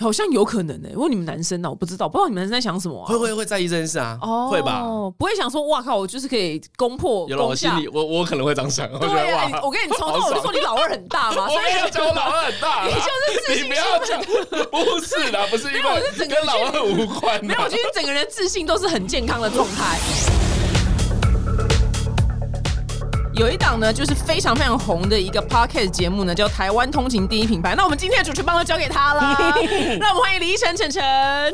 好像有可能呢、欸如果你们男生呢、我不知道，不知道你们男生在想什么、啊。会会会在意这件事啊，哦，会吧？？不会想说哇靠，我就是可以攻破有了，我攻心下。里我我可能会这样想，我觉对得啊，你哇，我跟你从头我就说你老二很大嘛，所 我以没有讲我老二很大啦，你就是自信你不要讲， 不是啦，不是因没有我是为整个跟老二无 关没有，我啦觉。得你整个人自信都是很健康的状态。有一档呢，就是非常非常红的一个 podcast 节目呢，叫《台湾通勤第一品牌》。那我们今天的主持棒都交给他 了，让我们欢迎李依晨晨晨。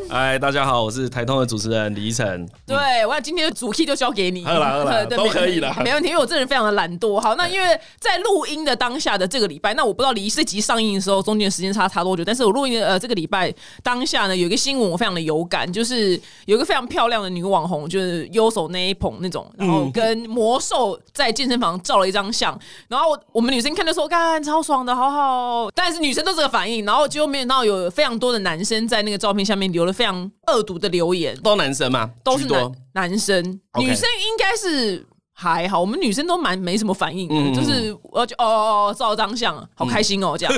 哎，大家好，我是台通的主持人李依晨。对，我想今天的主 key 就交给你，嗯好啦好 啦对都没可以啦没问题，因为我这人非常的懒惰。好，那因为在录音的当下的这个礼拜，那我不知道离这集上映的时候中间时间差差多久，但是我录音的呃这个礼拜当下呢，有一个新闻我非常的有感，就是有一个非常漂亮的女网红，就是优手那一捧那种，嗯然后跟魔兽在健身房照了一张相，然后我们女生看就说，干超爽的，好好，但是女生都这个反应，然后结果没想到有非常多的男生在那个照片下面留了非常恶毒的留言。都男生嘛，都是居男多男生， OK 女生应该是还好，我们女生都蛮没什么反应的，嗯就是我就哦哦哦照张相，好开心 哦这样。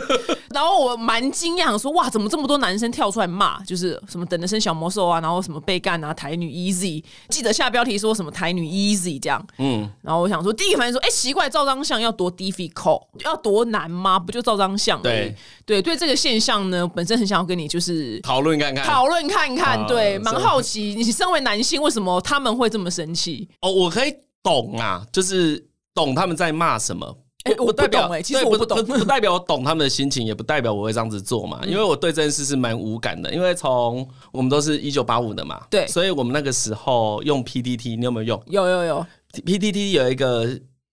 然后我蛮惊讶，说哇，怎么这么多男生跳出来骂，就是什么等着生小魔兽啊，然后什么被干啊，台女 easy，记得下标题说什么台女 easy 这样。嗯，然后我想说，第一个反应说，哎、奇怪，照张相要多 difficult，要多难吗？不就照张相而已？对对，这个现象呢，本身很想要跟你就是讨论看看。讨论看看，啊对，是蛮好奇，你身为男性，为什么他们会这么生气？哦，我可以懂啊，就是懂他们在骂什么。哎我不代表懂哎其实对我不不懂嗯不代表我懂他们的心情，也不代表我会这样子做嘛。因为我对这件事是蛮无感的，因为从我们都是一九八五的嘛，对所以我们那个时候用 PDT，你有没有用有有有， ？PDT 有一个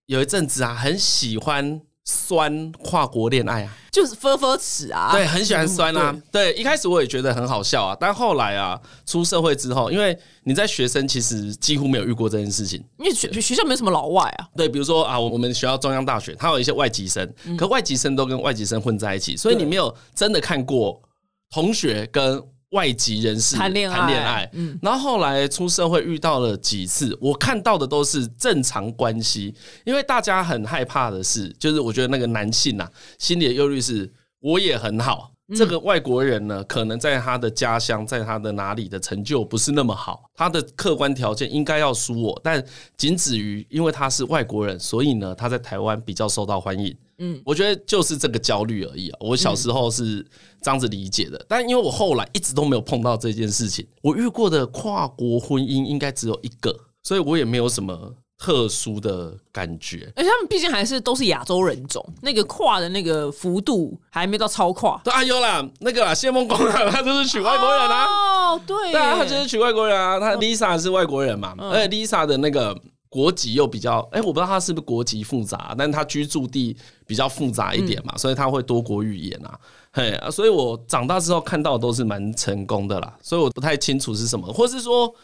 有一阵子啊，很喜欢酸跨国恋爱啊，就是分分尺啊，嗯对，很喜欢酸啊。对，一开始我也觉得很好笑啊，但后来啊，出社会之后，因为你在学生其实几乎没有遇过这件事情。因为学学校没什么老外啊，对，比如说啊，我我们学校中央大学，它有一些外籍生，嗯可外籍生都跟外籍生混在一起，所以你没有真的看过同学跟外籍人士谈恋爱谈恋爱。嗯，然后后来出社会遇到了几次，我看到的都是正常关系，因为大家很害怕的是，就是我觉得那个男性啊，心里的忧虑是我也很好。这个外国人呢，可能在他的家乡，在他的哪里的成就不是那么好，他的客观条件应该要输我，但仅止于因为他是外国人，所以呢，他在台湾比较受到欢迎。嗯，我觉得就是这个焦虑而已啊。我小时候是这样子理解的，但因为我后来一直都没有碰到这件事情，我遇过的跨国婚姻应该只有一个，所以我也没有什么特殊的感觉。而且他们毕竟还是都是亚洲人种，那个跨的那个幅度还没到超跨。对啊，有啦，那个啦，谢梦工啦， 他就是娶外国人啊。哦，对耶，嗯对啊，他就是娶外国人啊，他 Lisa 是外国人嘛，而且 Lisa 的那个国籍又比较，哎、我不知道他是不是国籍复杂，但他居住地比较复杂一嗯点嘛，所以他会多国语言啊。嘿啊，所以我长大之后看到的都是蛮成功的啦，所以我不太清楚是什么，或是说。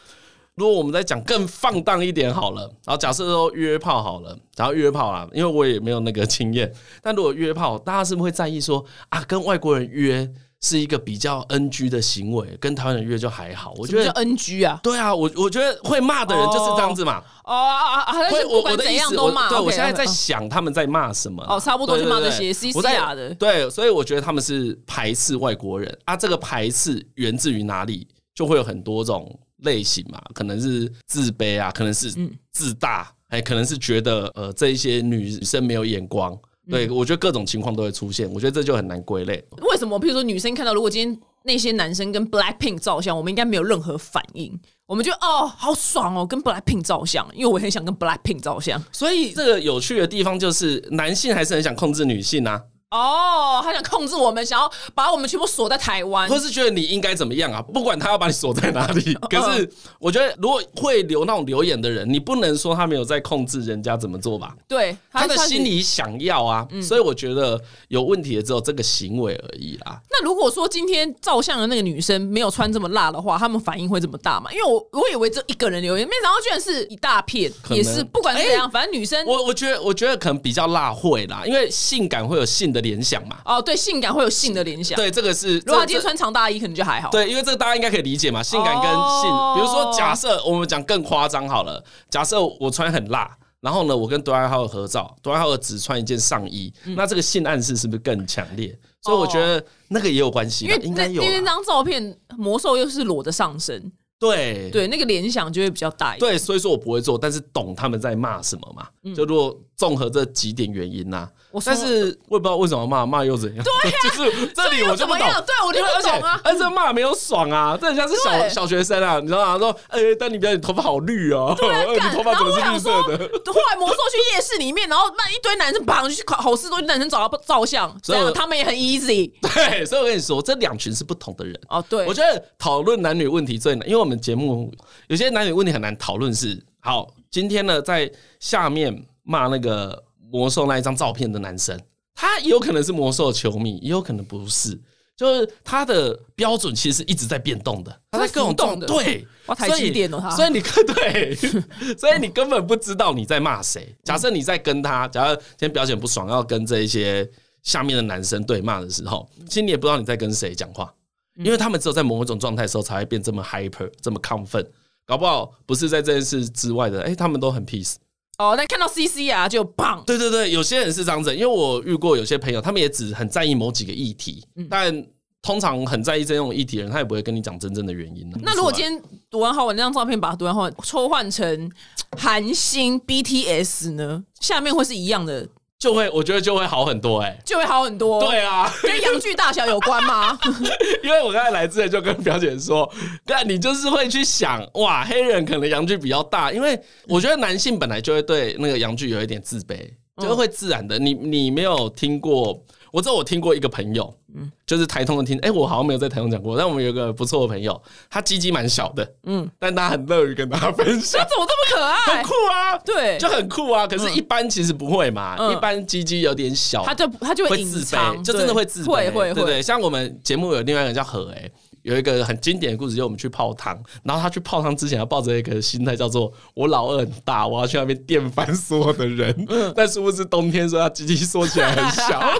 如果我们再讲更放荡一点好了，然后假设说约炮好了，然后约炮啦，因为我也没有那个经验。但如果约炮，大家是不是会在意说啊，跟外国人约是一个比较 NG 的行为，跟台湾人约就还好？我我觉叫得 NG 啊，对啊，我我觉得会骂的人就是这样子嘛。哦啊啊，但会是我不我管的怎意样思，都我骂。对 OK，我现在在嗯想他们在骂什么啦。啊哦差不多对就骂对这些对 CCR 我在的对，所以我觉得他们是排斥外国人啊。这个排斥源自于哪里？就会有很多种类型嘛，可能是自卑啊，可能是嗯自大，哎，可能是觉得呃这一些女生没有眼光。嗯对，我觉得各种情况都会出现，我觉得这就很难归类。为什么？譬如说女生看到，如果今天那些男生跟 Blackpink 照相，我们应该没有任何反应，我们就哦好爽哦，跟 Blackpink 照相，因为我很想跟 Blackpink 照相。所以这个有趣的地方就是，男性还是很想控制女性啊，哦，他想控制我们，想要把我们全部锁在台湾。或是觉得你应该怎么样啊？不管他要把你锁在哪 里，哦可是我觉得如果会留那种留言的人，你不能说他没有在控制人家怎么做吧？对，他的心。里想要啊，嗯所以我觉得有问题的只有这个行为而已啦。那如果说今天照相的那个女生没有穿这么辣的话，他们反应会这么大吗？因为我我以为只有一个人留言，没想到居然是一大片，可能也是不管怎样，反正女生我我觉得我觉得可能比较辣会啦，因为性感会有性的联想嘛。哦对性感会有性的联想。对，这个是如果她这今天穿长大衣，可能就还好。对，因为这个大家应该可以理解嘛，性感跟性，哦比如说假设我们讲更夸张好了，假设我穿很辣，然后呢，我跟杜爱浩合照，杜爱浩只穿一件上衣，嗯那这个性暗示是不是更强烈？所以我觉得那个也有关系哦因啦，为应那该因有啊为那啦。张照片魔兽又是裸的上身，对对，那个联想就会比较大一点。对，所以说我不会做，但是懂他们在骂什么嘛。就如果综合这几点原因呐、嗯我说啊但是我也不知道为什么骂骂又怎样，对、 就是这里我就怎不么懂样？。对我就因为而不且懂啊。而且哎骂得没有爽啊，这很像是小对小学生啊，你知道吗？说，哎、丹尼表姐你头发好绿哦，啊你干头发怎么是然后我绿色想的？后来魔兽去夜市里面，然后那一堆男生绑去好事多，男生找他照相，这所以我样他们也很 easy。对，所以我跟你说，这两群是不同的人。哦，对，我觉得讨论男女问题最难，因为我们节目有些男女问题很难讨论是。好，今天呢，在下面骂那个魔兽那一张照片的男生，他也有可能是魔兽球迷，也有可能不是。就是他的标准其实是一直在变动的，他在各种浮动的对，哇台所以积电哦他所以你 对，所以你根本不知道你在骂谁。假设你在跟他，假如今天表姐不爽要跟这一些下面的男生对骂的时候，其实你也不知道你在跟谁讲话，嗯因为他们只有在某一种状态的时候才会变这么 hyper，这么亢奋。搞不好不是在这件事之外的，哎、他们都很 peace。哦，但看到 CC 啊就棒，对对对，有些人是这样子，因为我遇过有些朋友，他们也只很在意某几个议题，嗯但通常很在意这种议题的人，他也不会跟你讲真正的原因啊。那如果是今吧天读完浩文那张照片，把读完浩文抽换成韩星 BTS 呢，下面会是一样的，就会，我觉得就会好很多、哎，就会好很多。，对啊， 跟洋剧大小有关吗？因为我刚才来之前就跟表姐说，但你就是会去想，哇，黑人可能阳具比较大，因为我觉得男性本来就会对那个阳具有一点自卑，就是会自然的。你你没有听过，我知道我听过一个朋友，嗯，就是台通的听，哎、我好像没有在台通讲过，但我们有一个不错的朋友，他鸡鸡蛮小的，嗯，但他很乐于跟大家分 享他，怎么这么可很爱？酷啊，对就，很酷啊。可是，一般其实不会嘛，嗯一般鸡鸡有点小，他就他就会隐自卑，藏，就对真的会自卑，会会对会。对。像我们节目有另外一个叫何哎、有一个很经典的故事，就是我们去泡汤，然后他去泡汤之前，他抱着一个心态叫做“我老二很大，我要去那边电翻所有的人”，嗯 但殊不知冬天说他鸡鸡缩起来很 小，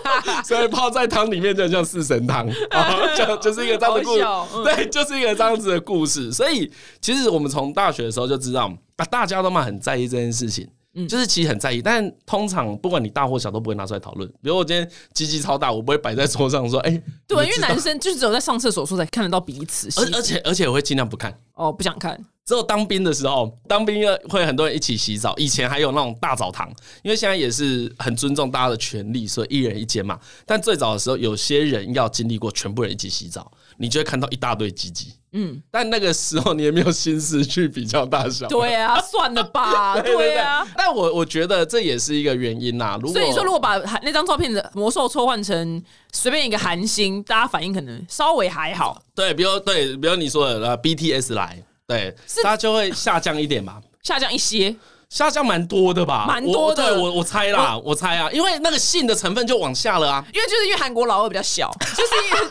所以泡在汤里面就很像四神汤， 啊就就是一个这样的故事好笑嗯，对，就是一个这样子的故事。所以其实我们从大学的时候就知道，啊，大家都嘛很在意这件事情。嗯就是其实很在意，但通常不管你大或小都不会拿出来讨论。比如我今天鸡鸡超大，我不会摆在桌上说，哎、 对，因你为知道男生就是只有在上厕所的时候才看得到彼此，而而且而且我会尽量不看。哦不想看，只有当兵的时候，当兵要会很多人一起洗澡。以前还有那种大澡堂，因为现在也是很尊重大家的权利，所以一人一间嘛。但最早的时候，有些人要经历过全部人一起洗澡，你就会看到一大堆鸡鸡。嗯，但那个时候你也没有心思去比较大小。对 啊，算了吧，对啊。。但我我觉得这也是一个原因呐、如果所以你说，如果把韩那张照片的魔兽抽换成随便一个韩星，大家反应可能稍微还好，对，比如对，比如你说的呃 BTS 来，对，是它就会下降一点吧，下降一些。下降蛮多的吧，蛮我多的对我我猜啦，我猜啊，因为那个性的成分就往下了啊。因为就是因为韩国老二比较小，就是 因为就是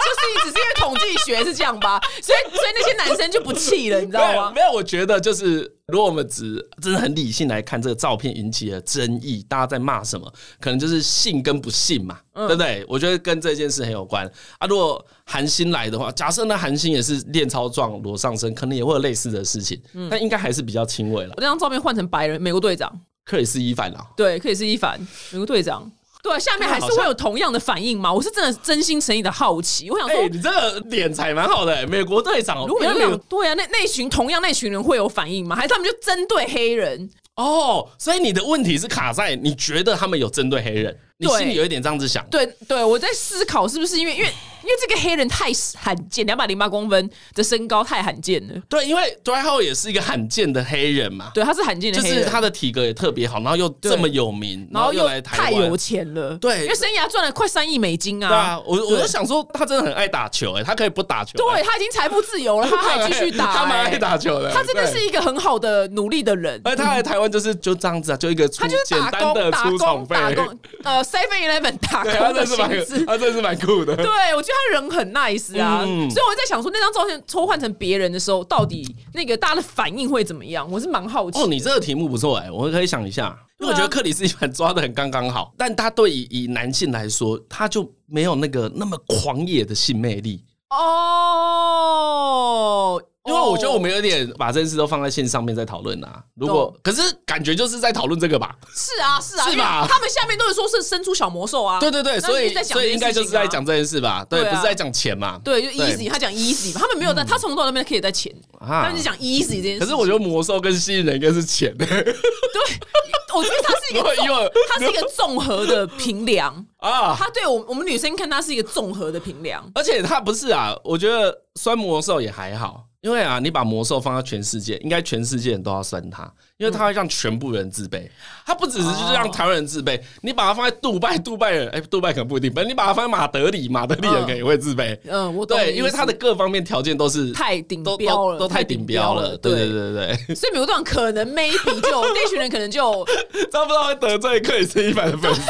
只是因为统计学是这样吧，所以所以那些男生就不气了，你知道对，吗？没有，我觉得就是，如果我们只真的很理性来看这个照片引起的争议，大家在骂什么，可能就是信跟不信嘛，嗯对不对？我觉得跟这件事很有关啊。如果韩星来的话，假设那韩星也是练超壮裸上身，可能也会有类似的事情，嗯但应该还是比较轻微了。我那张照片换成白人美国队长，克里斯伊凡啊，对，可以是一凡美国队长。对，啊下面还是会有同样的反应吗？我是真的真心诚意的好奇，我想哎、说，你这个脸才蛮好的、哎美国队长。哦如果因有为那美种对啊，那那群同样那群人会有反应吗？还是他们就针对黑人？哦，所以你的问题是卡在你觉得他们有针对黑人，你对心里有一点这样子想。对对，我在思考是不是因为因为因为这个黑人太罕见，两百零八公分的身高太罕见了。对，因为 d r y h o 也是一个罕见的黑人嘛，对，他是罕见的就黑人，是他的体格也特别好，然后又这么有名，然后又又来台太有啊湾。钱了，对因为生涯赚了快三亿美金对啊，啊，我我就想说，他真的很爱打球、哎，他可以不打球、对哎，他已经财富自 由了，他还继续打、啊他蛮哎爱打球的、他真的是。对一个很好的努力的人，而他来台湾就是就这样子啊，就一个出他就是简打单工的打出工场费，打工，呃，Seven Eleven 打对，他工真的是蛮薪资。他真是蛮酷 的。对，我觉得他人很 nice 啊，嗯所以我在想说，那张照片抽换成别人的时候，到底那个大家的反应会怎么样？我是蛮好奇。哦，你这个题目不错哎、我们可以想一下，啊因为我觉得克里斯蒂凡抓的很刚刚好，但他对以以男性来说，他就没有那个那么狂野的性魅力。哦，因为我觉得我们有点把这件事都放在线上面在讨论啊。如果可是感感觉就是在讨论这个吧？是啊，是啊，是因为吧他们下面都是说是生出小魔兽啊，对对对，那所你以在讲所以这件应该事就情是在啊讲这件事吧？对，对啊不是在讲钱嘛？对，就对 easy，他讲 easy，嘛他们没有在，他从头到那边可以在钱，嗯啊他们就讲 easy 这件事。可是我觉得魔兽跟吸引人应该是 钱，得，我觉得他是一 如个果因为他是一个综合的评量， 啊，他对我我们女生看他是一个综合的评量。而且他不是啊，我觉得酸魔兽也还好，因为啊，你把魔兽放到全世界，应该全世界人都要酸他，因为他会让全部人自嗯卑。他不只是就是让台湾人自卑，你把它放在杜拜，杜拜人哎，杜拜可能不一定，反正你把它放在马德里，马德里人可能也会自卑。嗯， 我懂你意对，思，因为他的各方面条件都是太顶都标了，都都太顶标了。对对对对， 对所以美国队长可能 maybe 就那群人可能就这样不知道会得罪克里斯一百的粉丝。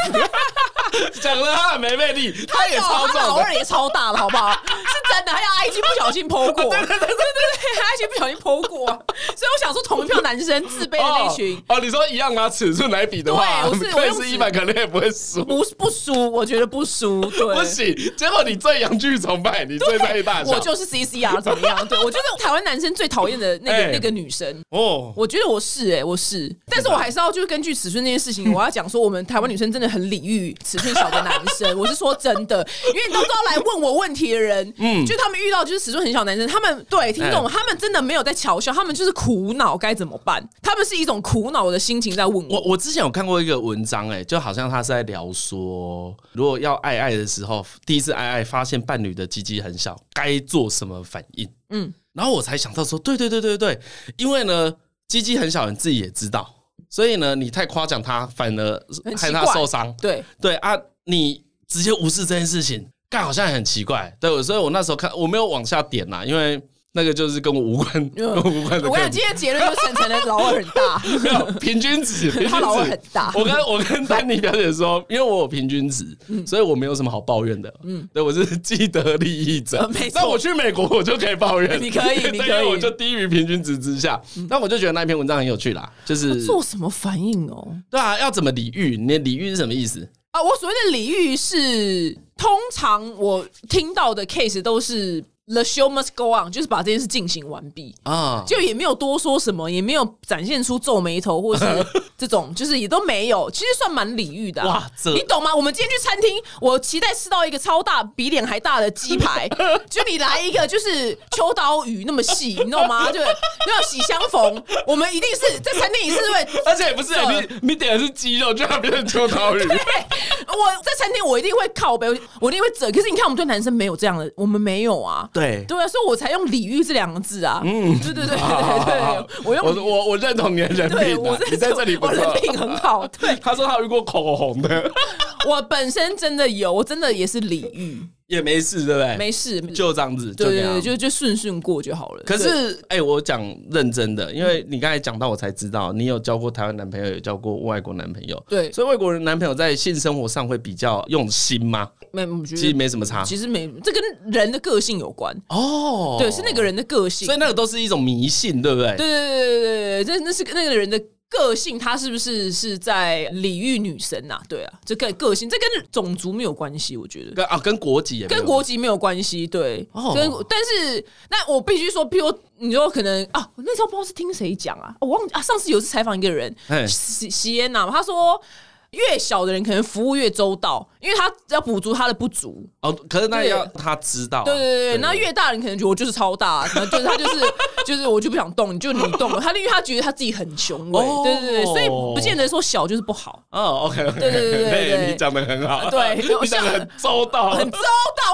讲了他很没魅力， 他也超哎他老重的，二也超大了，好不好？是真的，还有 IG 不小心 剖过，对对对对对，IG 不小心剖过，所以我想说，同一票男生自卑的那群哦哦，你说一样拿尺寸来比的对话，我是 我克用斯尺一百可能也不会输。不不输，我觉得不输，对，不行，啊结果你最洋剧崇拜，你最在意大小。我就是 CCR 怎么样？对我就是台湾男生最讨厌的那个、哎那个女生。哦，我觉得我是哎、我是，但是我还是要就是根据尺寸这件事 情，我要讲说我们台湾女生真的很礼遇尺寸小的男 生，我是说真的，因为你都知道来问我问题的人，嗯，就他们遇到就是尺寸很小的男生，他们哎对听懂，他们真的没有在嘲笑，他们就是苦恼该怎么办，他们是一种苦恼的心情在问我我，我之前有看过一个文章、哎，就好像他是在聊说，如果要爱爱的时候，第一次爱爱发现伴侣的鸡鸡很小，该做什么反应？嗯嗯，然后我才想到说，对对对对对，因为呢，鸡鸡很小，你自己也知道，所以呢，你太夸奖他，反而很奇害他怪受伤。对，对啊，你直接无视这件事情，干好像也很奇怪。对，所以我那时候看我没有往下点啦，因为那个就是跟我无关，跟我无关的我跟你课讲，题今。天的结论就是晨晨的老二很大，没有平均值，平 均他老二值很大我跟我跟丹尼表姐说，因为我有平均值，嗯所以我没有什么好抱怨的。嗯，对我是既得利益者呃没。错那我去美国，我就可以抱 怨。你可以对你可以嗯因为我就低于平均值之下。那我就觉得那篇文章很有趣啦， 就是啊做什么反应哦？对啊，要怎么礼遇？你的礼遇是什么意思？啊，我所谓的礼遇是，通常我听到的 case 都是 the show must go on，就是把这件事进行完毕，啊，就也没有多说什么，也没有展现出皱眉头 或是这种，就是也都没有，其实算蛮礼遇的、啊。哇这你懂吗？我们今天去餐厅，我期待吃到一个超大比脸还大的鸡 排，就你来一个就是秋刀鱼那么细，你懂吗？就 那种喜相逢，我们一定是在餐厅里是会而且也不是、这你，你点的是鸡肉，就让别人秋刀鱼。我在餐厅我一定会靠背，我一定会整。可是你看，我们对男生没有这样的，我们没有啊。 对对啊，所以我才用“礼遇”这两个字啊。嗯，对对对对对对，我用我我我认同你的人对品、我啊，你在这里不我人错。品很好。对他说他遇过口红的，我本身真的有，我真的也是礼遇，也没事，对不对？没事。就这样子，对就这对样对，。就就顺顺过就好了。可对是，哎、我讲认真的，因为你刚才讲到，我才知道你有交过台湾男朋友，有交过外国男朋友。对所以外国人男朋友在性生活上会比较用心吗？没，我觉其实得没什么差其实没，这跟人的个性有关。哦。对，是那个人的个性所。以那个都是一种迷信，对不对？对对对对对对，这那是那个人的个性，他是不是是在礼遇女神呐、对啊，这跟个性，这跟种族没有关系，我觉得。跟啊，跟国籍也没有跟国籍没有关系，对，哦跟但是那我必须说，譬如你说可能啊，我那时候不知道是听谁讲啊，我忘记啊，上次有一次采访一个人嘿，席席烟呐，他说越小的人可能服务越周到，因为他要补足他的不足，哦，可是那对要他知道啊、对对对，那越大人可能觉得我就是超大， 可能就是他就是就是我就不想动，就你动了。他因为他觉得他自己很雄伟，哦对对对，所以不见得说小就是不好，哦，OK，对对 对对对你讲的很好，对你讲的很周到。啊很周到。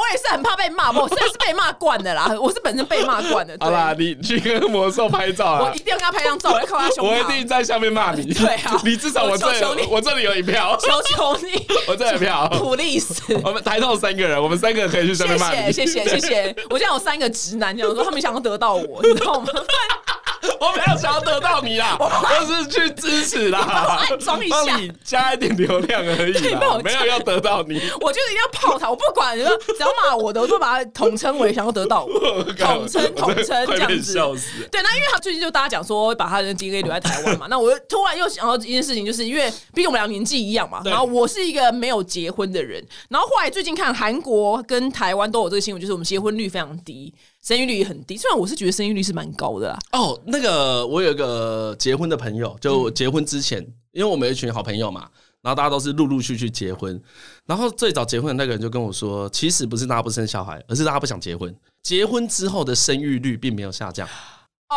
我也是很怕被骂，我虽然是被骂惯的啦，我是本身被骂惯的。对 好啦，，你去跟魔兽拍照我啦一，定要跟他拍张照，我要靠他 胸我一膛定。在下面骂 你。对啊 你至少我这我求求你我这里有一 票，求求你我这里有一票。 ，police。我们台上三个人，我们三个可以去下面骂谢你。谢谢谢谢谢，我现在有三个直男，这样说他们想要得到我，你知道吗？ 我没有想要得到你 啦，我是去支持啦我，安装一下帮你加一点流量而已对帮啦我，没有要得到你。我就是一定要泡他，我不管，就是只要骂我的，我都把他统称为想要得到我，统称统我真的称这快被样子。笑死。对，那因为他最近就大家讲说把他的 DNA 留在台湾嘛，那我又突然又想到一件事情，就是因为毕竟我们俩年纪一样嘛，对然后我是一个没有结婚的人，然后后来最近看韩国跟台湾都有这个新闻，就是我们结婚率非常低，生育率也很低。虽然我是觉得生育率是蛮高的啦，哦，那个我有一个结婚的朋友，就嗯结婚之前，因为我们有一群好朋友嘛，然后大家都是陆陆续续结婚，然后最早结婚的那个人就跟我说，其实不是大家不生小孩，而是大家不想结婚。结婚之后的生育率并没有下降，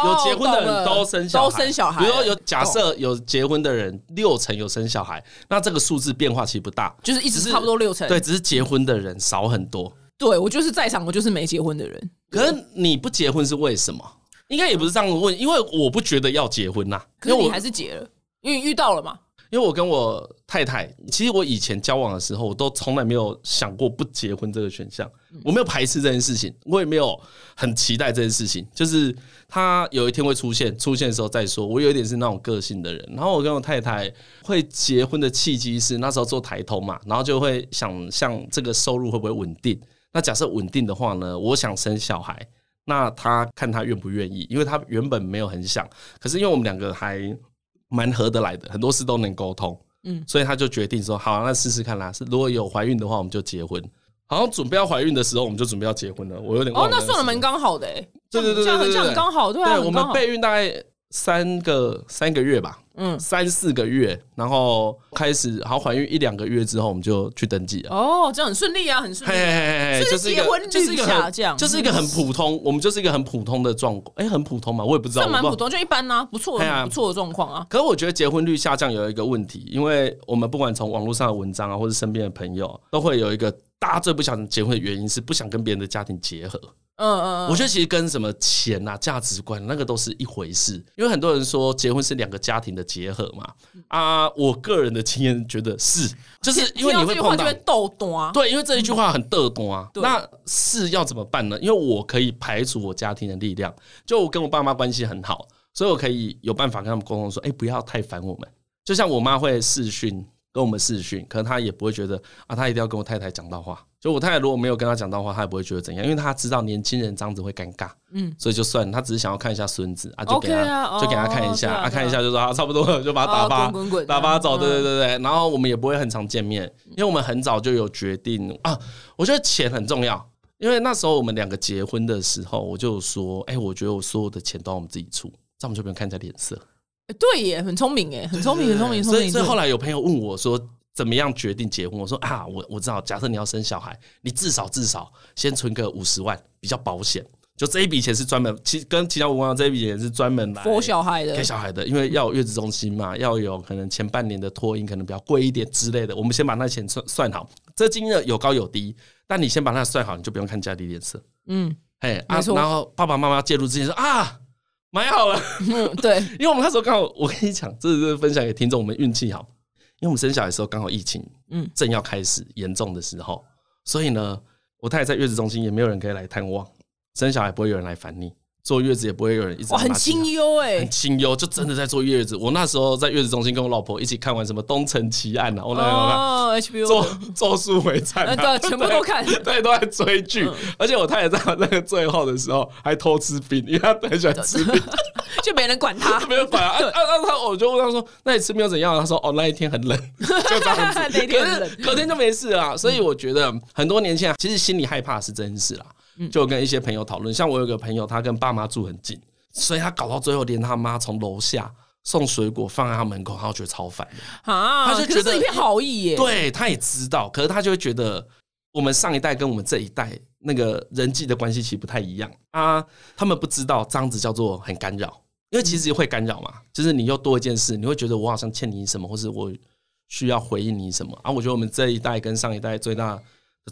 有结婚的人都生小孩，哦都生小孩，比如说有假设有结婚的人六成有生小孩，那这个数字变化其实不大，就是一直只是差不多六成。对，只是结婚的人少很多。对我就是在场，我就是没结婚的人。可是你不结婚是为什么？应该也不是这样问，因为我不觉得要结婚呐、啊可因是为你我还是结了，因为遇到了嘛。因为我跟我太太，其实我以前交往的时候，我都从来没有想过不结婚这个选项，我没有排斥这件事情，我也没有很期待这件事情，就是它有一天会出现，出现的时候再说。我有一点是那种个性的人，然后我跟我太太会结婚的契机是那时候做抬头嘛，然后就会想像这个收入会不会稳定？那假设稳定的话呢，我想生小孩。那她看她愿不愿意，因为她原本没有很想，可是因为我们两个还蛮合得来的，很多事都能沟通。嗯嗯，所以他就决定说，好，那试试看啦。是如果有怀孕的话，我们就结婚。好像准备要怀孕的时候，我们就准备要结婚了。我有点忘哦，了那算时了候蛮刚好的哎、欸。对对对对这样很对对这样对很刚好，对啊，对，很我刚们好备孕大概三个三个月吧，嗯三四个月，然后开始好像怀孕一两个月之后，我们就去登记了。哦，这样很顺利啊，很顺嘿利。嘿嘿嘿，所以就是一结婚个率就是一个下很降就是一个很普通，我们就是一个很普通的状况，哎，很普通嘛，我也不知道，算我不蛮知道普通，就一般呐、啊，不错哎呀的，不错的状况啊。可是我觉得结婚率下降有一个问题，因为我们不管从网络上的文章啊，或者身边的朋友，都会有一个大家最不想结婚的原因是不想跟别人的家庭结合。嗯嗯，我嗯觉得其实跟什么钱啊、价值观那个都是一回事，因为很多人说结婚是两个家庭的结合嘛。啊，我个人的经验觉得是，就是因为你听到会这句话碰就到会。斗短啊。对，因为这一句话很得懂啊。嗯对那是要怎么办呢？因为我可以排除我家庭的力量，就我跟我爸妈关系很好，所以我可以有办法跟他们沟通说，哎、不要太烦我们。就像我妈会视讯跟我们视讯，可能她也不会觉得啊，她一定要跟我太太讲到话。就我太太如果没有跟她讲到话，她也不会觉得怎样，因为她知道年轻人这样子会尴尬，嗯嗯，所以就算了她只是想要看一下孙子啊，就给她 OK 啊就给她看一下，哦对啊啊看一对下就说啊差不多了，就把她打发、哦滚滚滚打发走，嗯对对对对。然后我们也不会很常见面，因为我们很早就有决定啊，我觉得钱很重要。因为那时候我们两个结婚的时候，我就说，哎、我觉得我所有的钱都要我们自己出，这样我们就不用看人家脸色。欸对耶，很聪明哎，很聪明，很聪明，很聪所以，明。所以后来来有朋友问我说，怎么样决定结婚？我说啊，我我知道，假设你要生小孩，你至少至少先存个五十万，比较保险。就这一笔钱是专门，其跟其他无关，这一笔钱是专门来佛小孩的嗯给，小孩的，因为要有月子中心嘛，要有可能前半年的托婴可能比较贵一点之类的。我们先把那钱算算好，这金额有高有低，但你先把它算好，你就不用看家里脸色。嗯 嘿，啊没，错然后爸爸妈妈介入之前说啊，买好了，嗯， 对，因为我们那时候刚好，我跟你讲，这是分享给听众，我们运气好，因为我们生小孩的时候刚好疫情嗯正要开始严重的时候，所以呢，我太太在月子中心也没有人可以来探望，生小孩不会有人来烦你，坐月子也不会有人一直哇，很拿起来清幽哎很，清幽，就真的在坐月子。我那时候在月子中心跟我老婆一起看完什么《东城奇案》啊，我那个哦咒，HBO，咒术回战呃，啊，对，全部都看，嗯对，都在追剧。而且我太太在那个最后的时候还偷吃冰，因为她很喜欢吃冰， 就没人管他。，没有办法。啊啊啊！她我就问她说：“那你吃冰又怎样？”她说：“哦，那一天很冷。” 就这样子 那一天很冷可是隔天就没事了啊。所以我觉得很多年前其实心里害怕是真事啦。嗯就跟一些朋友讨论，像我有个朋友，他跟爸妈住很近，所以他搞到最后连他妈从楼下送水果放在他门口，他都觉得超烦的。啊，他就可觉是得这一片好意耶，对，他也知道，可是他就会觉得我们上一代跟我们这一代那个人际的关系其实不太一样啊，他们不知道这样子叫做很干扰，因为其实会干扰嘛，就是你又多一件事，你会觉得我好像欠你什么，或是我需要回应你什么啊。我觉得我们这一代跟上一代最大的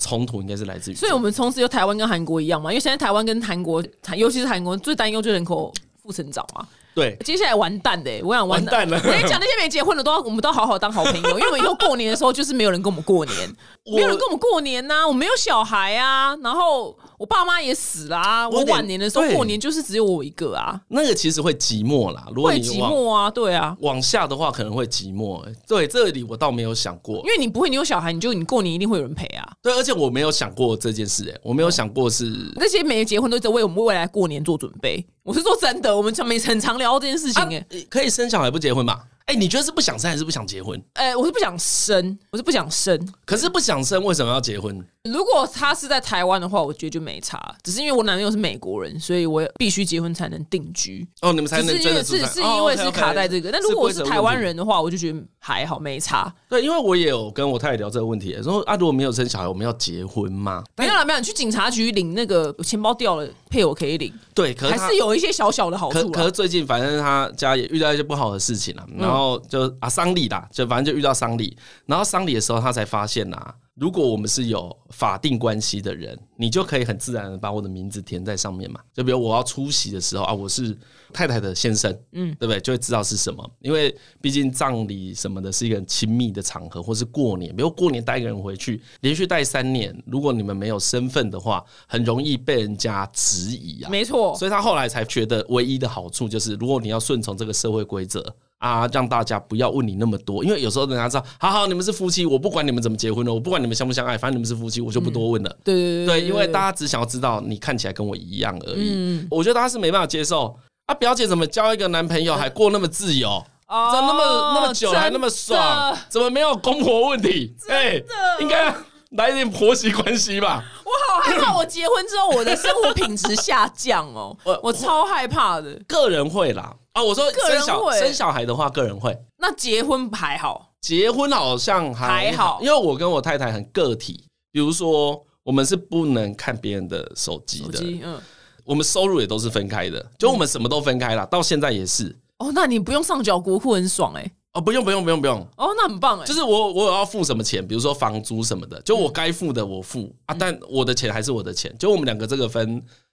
冲突应该是来自于这所以个，我们从此就台湾跟韩国一样嘛，因为现在台湾跟韩国，尤其是韩国最担忧就是人口负成长嘛，对接下来完蛋的耶，我想完蛋了我跟你讲，那些没结婚的都要，我们都要好好当好朋友，因为我们以后过年的时候就是没有人跟我们过年，没有人跟我们过年呐、我没有小孩啊，然后我爸妈也死啦、我我有点晚年的时候对过年就是只有我一个啊，那个其实会寂寞啦。如果会你寂往寞啊，对啊，往下的话，可能会寂寞、欸对，这里我倒没有想过因。为你不会，你有小孩，你就你过年一定会有人陪啊。对，而且我没有想过这件事、欸，我没有想过是那些没结婚都在为我们未来过年做准备，我是说真的，我们常没很常聊到这件事情哎、啊啊可以生小孩不结婚吧？哎、你觉得是不想生还是不想结婚？哎、我是不想生，我是不想生。可是不想生为什么要结婚？如果他是在台湾的话，我觉得就没差。只是因为我男朋友是美国人，所以我必须结婚才能定居。哦，你们才只能是真因为的出是差是哦因为是 OK，OK，卡在这个，但如果我是规则台湾问题人的话，我就觉得还好没差。对，因为我也有跟我太太聊这个问题，说啊，如果没有生小孩，我们要结婚吗？没有啦，没有，你去警察局领那个钱包掉了，配偶可以领，对，可还他是有一些小小的好可处啊可是啦。最近反正他家也遇到一些不好的事情嗯了，然后就啊丧礼啦，就反正就遇到丧礼，然后丧礼的时候他才发现啦、如果我们是有法定关系的人，你就可以很自然的把我的名字填在上面嘛。就比如我要出席的时候啊，我是太太的先生，嗯，对不对？就会知道是什么，因为毕竟葬礼什么的是一个很亲密的场合，或是过年，比如过年带一个人回去，连续带三年，如果你们没有身份的话，很容易被人家质疑啊。没错，所以他后来才觉得唯一的好处就是，如果你要顺从这个社会规则啊，让大家不要问你那么多，因为有时候人家知道，好好你们是夫妻，我不管你们怎么结婚了，我不管你们相不相爱，反正你们是夫妻，我就不多问了。对嗯对嗯对，因为大家只想要知道你看起来跟我一样而已。我觉得他是没办法接受啊，表姐怎么交一个男朋友还过那么自由？哦这那么那么久还那么爽真的，怎么没有公婆问题？哎，应该来一点婆媳关系吧。我好害怕，我结婚之后我的生活品质下降哦， 我我我超害怕的。个人会啦，啊，我说个人生小会生小孩的话，个人会。那结婚还好，结婚好像还还好因为我跟我太太很个体，比如说我们是不能看别人的手机手的，机嗯，我们收入也都是分开的，就我们什么都分开了，到现在也是。哦，那你不用上缴国库很爽哎，哦，不用不用不用不用，哦，那很棒哎，就是是我我有要付什么钱，比如说房租什么的，就我该付的我付啊，嗯但我的钱还是我的钱，就我们两个这个分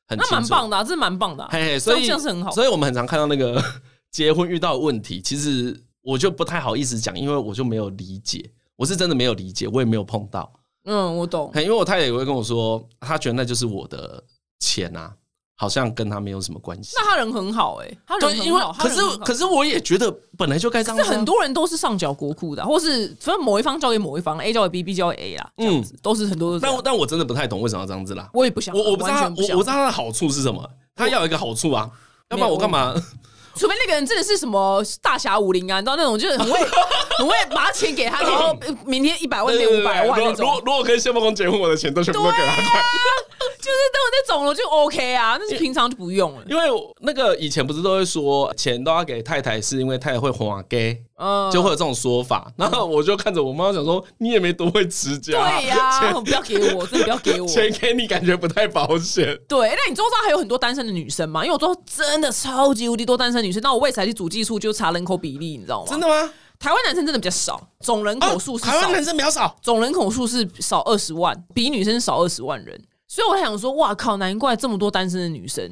很那清蛮楚。棒的啊，这蛮棒的啊，嘿嘿，所以这样是很好所以我们很常看到那个 结婚遇到的问题，其实我就不太好意思讲，因为我就没有理解，我是真的没有理解，我也没有碰到。嗯，我懂嘿，因为我太太也会跟我说，她觉得那就是我的钱啊，好像跟她没有什么关系。那他人很好哎，他人对，因很为好，可是可是。是我也觉得本来就该这样是子啊，很多人都是上缴国库的啊，或是反正某一方交给某一方，A 交给 B，B 交给 A 啦，这样子、都是很多都是这但样。嗯我但我真的不太懂为什么要这样子啦。我也不想，我我不知完道她全我想我不知道它的好处是什么，它要有一个好处啊，要没有不然我干嘛？除非那个人真的是什么大侠武林啊，你知道那种就是很会 很会把钱给他，然后呃明天一百万变 五百万如果那如果种，啊如果跟谢梦工结婚，我的钱都全部都给他管。就是那种那种我就 OK 啊，但是平常就不用了。因为我那个以前不是都会说钱都要给太太，是因为太太会还给，嗯，就会有这种说法。然后我就看着我妈想说，你也没多会持家，对呀、啊 钱不要给我，真的不要给我。钱给你感觉不太保险。对，那你周遭还有很多单身的女生嘛？因为我周遭真的超级无敌多单身女生，那我为才去主计处就查人口比例，你知道吗？ 真的吗？台湾男生真的比较少，总人口数是啊台少湾男生比较少，总人口数是少二十万，比女生少二十万人。所以我想说，哇靠，难怪这么多单身的女生，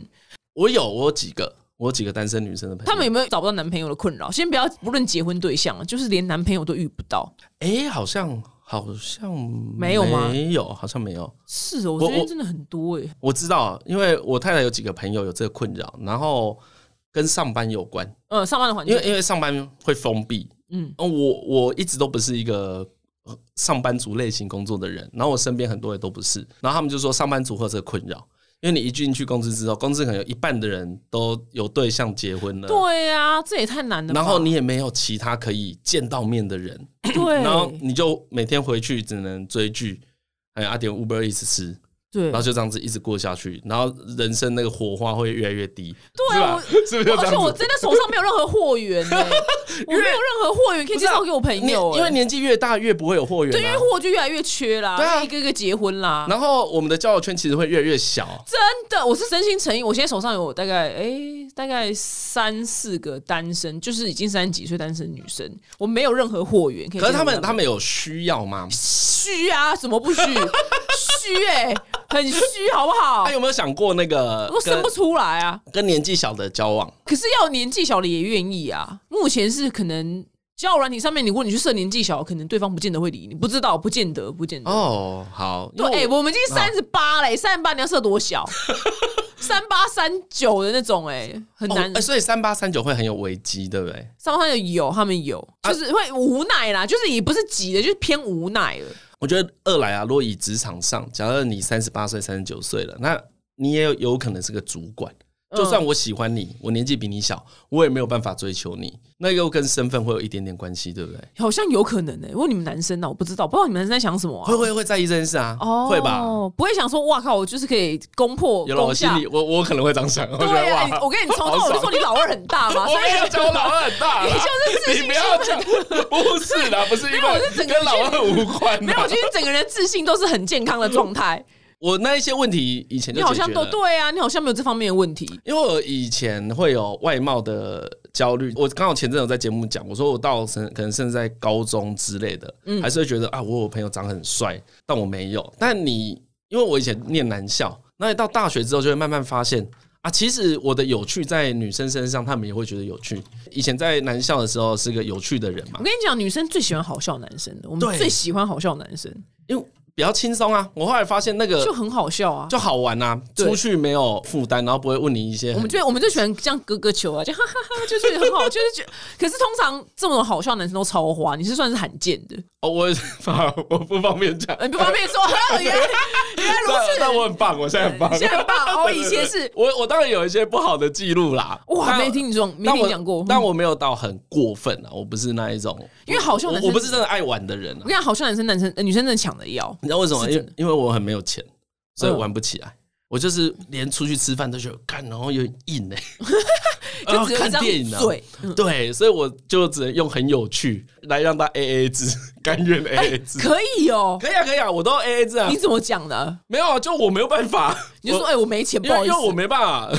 我有我有几个，我有几个单身女生的朋友，她们有没有找不到男朋友的困扰？先不要不论结婚对象，啊就是连男朋友都遇不到，哎、好像好像没有吗没有，啊好像没有。是哦，我我这边真的很多哎、我知道，啊因为我太太有几个朋友有这个困扰，然后跟上班有关。嗯，上班的环因境为，因为上班会封闭，嗯嗯，我我一直都不是一个呃上班族类型工作的人，然后我身边很多人都不是，然后他们就说上班族会有这个困扰，因为你一进去公司之后，公司可能有一半的人都有对象结婚 了，对呀、啊，这也太难了吧。然后你也没有其他可以见到面的人，对，然后你就每天回去只能追剧，还有阿点 Uber 一直吃，对然后，就这样子一直过下去，然后人生那个火花会越来越低，对啊是吧？是不是就这而且我样子？真的手上没有任何货源、 欸，我没有任何货源可以介绍给我朋你友、欸，因为年纪越大越不会有货源、啊，对，因为货就越来越缺啦，对啊因为一个一个结婚啦，然后我们的交友圈其实会越来越小，真的，我是真心诚意。我现在手上有大概哎、大概三四个单身，就是已经三十几岁单身女生，我没有任何货源可以可介绍给是他她们。们他们有需要吗？虚啊，怎么不虚？虚哎、很虚，好不好他？有没有想过那个我生跟不出来啊。跟年纪小的交往？可是要年纪小的也愿意啊。目前是可能交友软体上面，如果你去设年纪小，可能对方不见得会理你，不知道，不见得，不见得。哦，啊好，因嗯对，哎、为我我们已经三十八嘞，三十八你要设多小？三八三九的那种、哎，很哦难哎。所以三八三九会很有危机，对不对？上上有有，他们有，就是会无奈啦，就是也不是急的，就是偏无奈了。我觉得二来啊，如果以职场上，假如你三十八岁、三十九岁了，那你也有有可能是个主管，嗯就算我喜欢你，我年纪比你小，我也没有办法追求你，那又跟身份会有一点点关系，对不对？好像有可能呢、欸。问你们男生呢、我不知道，不知道你们男生在想什么啊会？会会在意这件事啊，哦，会吧？？不会想说哇靠，我就是可以攻破有了，我攻心下里。我我可能会这样想，我觉对得呀、哇，我跟你从头我就说你老二很大嘛， 我所以没有讲我老二很大啦，你就是自信你不要讲，不是啦，不是因没有我为是整个跟老二无关啊 啦。没有，我觉得你整个人的自信都是很健康的状 态。我那一些问题以前就你解决好了像都对啊，你好像没有这方面的问题。因为我以前会有外貌的焦虑，我刚好前阵有在节目讲，我说我到甚可能甚至在高中之类的，嗯还是会觉得啊，我有朋友长很帅，但我没有。但你因为我以前念男校，那你到大学之后就会慢慢发现。啊，其实我的有趣在女生身上，她们也会觉得有趣。以前在男校的时候是个有趣的人嘛我，跟你讲，女生最喜欢好笑男生的，我们对最喜欢好笑男生，因为比较轻松啊。我后来发现那个就很好笑啊。就好玩啊，对出去没有负担，然后不会问你一些我很们就我们就喜欢这样割割球啊，就哈哈哈，就觉得很好，就是觉得。可是通常这种好笑男生都超花，你是算是罕见的，哦，我 我不方便讲，呃，你不方便说， 原来原来如但此。但我很棒，我现在很棒，现在很棒哦 对对以对前是我我当然有一些不好的记录啦，哇，但没听你说，没但听我你讲过。但我没有到很过分啊，我不是那一种，因为好笑我男生我不是真的爱玩的人我啊跟，你讲，好笑男生、男生、呃女生真的抢着要。你知道为什么？是因真嗯为因为我很没有钱，所以玩不起来。我就是连出去吃饭都觉得干，然后有点 硬哎、欸，就只有一然后看张电影啊嘴，嗯对，所以我就只能用很有趣来让他 A A 制， 甘愿 A A 制。可以哦、可以啊，可以啊，我都 A A 制啊你。怎么讲的？没有啊，就我没有办法，你就说，我哎、我没钱，不因好为意因思为，我没办法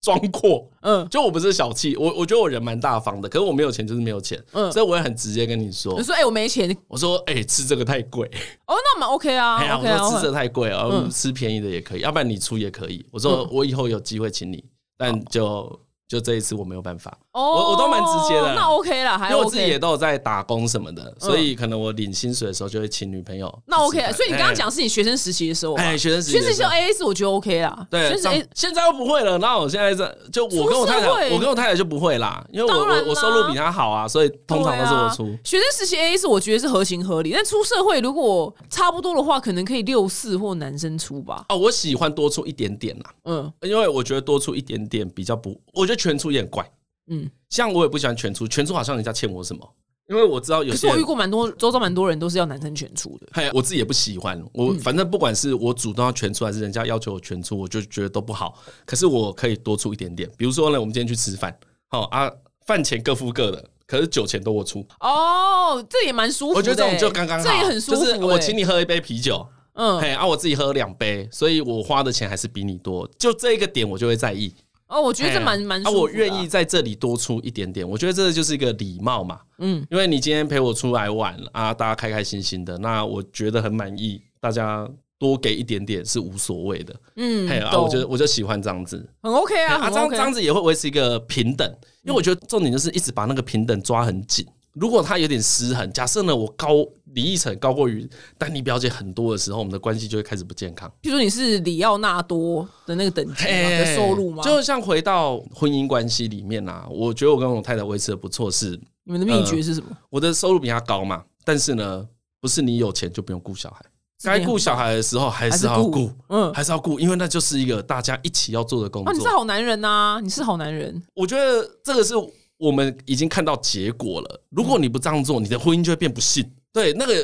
装阔， 嗯，就我不是小气，我我觉得我人蛮大方的，可是我没有钱就是没有钱，嗯所以我也很直接跟你说你，说，哎、我没钱，我说，哎、吃这个太贵，哦，那我们 OK 啊哎呀， 我，OK 啊说吃，OK 这个太贵啊，嗯吃便宜的也可以，要不然你出也可以。我说我以后有机会请你，但就就这一次我没有办法，哦，我我都蛮直接的啦那 OK 啦，还因为我自己哎 OK，嗯也都有在打工什么的，所以可能我领薪水的时候就会请女朋友吃饭。那 OK，所以你刚刚哎讲是你学生时期的时候吧，哎，学生时期学的生时期时候 A A 是我觉得 OK 啦，对学，生长 A 现在又不会了。然后我现在在就我跟我太出太社会，我跟我太太就不会啦，因为我当然啦我我收入比她好啊，所以通常都是我出对啊。学生时期 A A 是我觉得是合情合理，但出社会如果差不多的话，可能可以六四或男生出吧，哦，我喜欢多出一点点啦，嗯因为我觉得多出一点点比较不，我觉得全出有点怪。嗯。像我也不喜欢全出，全出好像人家欠我什么，因为我知道有可是些我遇人，过蛮多，周遭蛮多人都是要男生全出的，嘿，我自己也不喜欢。我嗯反正不管是我主动要全出，还是人家要求我全出，我就觉得都不好。可是我可以多出一点点，比如说呢，我们今天去吃饭，好啊，饭钱各付各的，可是酒钱都我出。哦，这也蛮舒服的欸。我觉得这种就刚刚好，这也很舒服欸。就是我请你喝一杯啤酒，嗯，嘿，啊，我自己喝两杯，所以我花的钱还是比你多。就这一个点，我就会在意。哦，我觉得这嘿蛮蛮舒啊，服的啊我愿意在这里多出一点点。我觉得这就是一个礼貌嘛。嗯嗯，因为你今天陪我出来玩啊，大家开开心心的，那我觉得很满意。大家多给一点点是无所谓的。嗯嘿，啊，懂我觉得我就喜欢这样子。很 OK 啊，啊，很这样 OK 这样子也会维持一个平等，因为我觉得重点就是一直把那个平等抓很紧。如果他有点失衡，假设呢，我高李奕晨高过于丹妮表姐很多的时候，我们的关系就会开始不健康。譬如说你是里奥纳多的那个等级嘛的收入吗？哎就像回到婚姻关系里面啊，我觉得我跟我太太维持的不错是，你们的秘诀是什么？我的收入比她高嘛，但是呢，不是你有钱就不用顾小孩，这该点顾小孩的时候还是要还是顾顾，嗯嗯，还是要顾，因为那就是一个大家一起要做的工哦，你是作。好男人呐、你是好男人。我觉得这个是我们已经看到结果了。如果你不这样做，你的婚姻就会变不幸。对，那个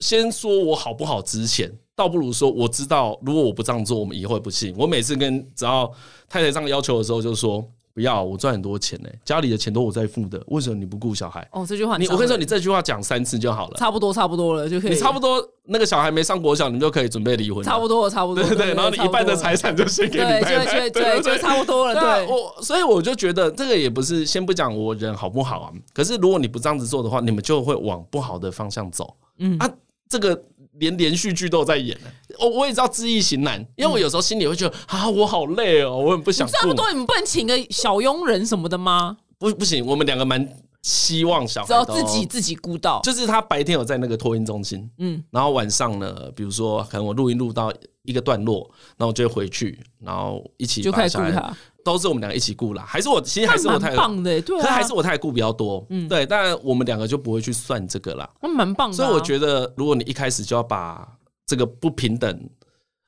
先说我好不好之前，倒不如说我知道，如果我不这样做，我们以后会不幸。我每次跟只要太太这样要求的时候，就说不要，我赚很多钱呢、家里的钱都我在付的，为什么你不顾小孩？哦，这句话你我跟你说，你你这句话讲三次就好了。差不多差不多了就可以，你差不多多那个小孩没上国小，你们就可以准备离婚了。差不多了差不多对了，对对，然后你一半的财产产就先给你对太对太，对对，就差不多了，对啊对，我所以我就觉得这个也不是先不讲我人好不好啊，可是如果你不这样子做的话，你们就会往不好的方向走。嗯嗯啊，这个连连续剧都有在演呢，我我也知道知易行难，因为我有时候心里会觉得啊，我好累哦，我很不想这么过，多你们不能请个小佣人什么的吗？不不行，我们两个蛮希望小只孩要都自己。自己顾到，就是他白天有在那个托运中心，嗯嗯，然后晚上呢，比如说可能我录音录到一个段落，那我就会回去，然后一起就把开始小顾孩他，都是我们两个一起顾啦，还是我其实还是我那太蛮太棒的，对可啊，还是我太太顾比较多，嗯，对，但我们两个就不会去算这个啦。那蛮棒的啊，所以我觉得，如果你一开始就要把这个不平等，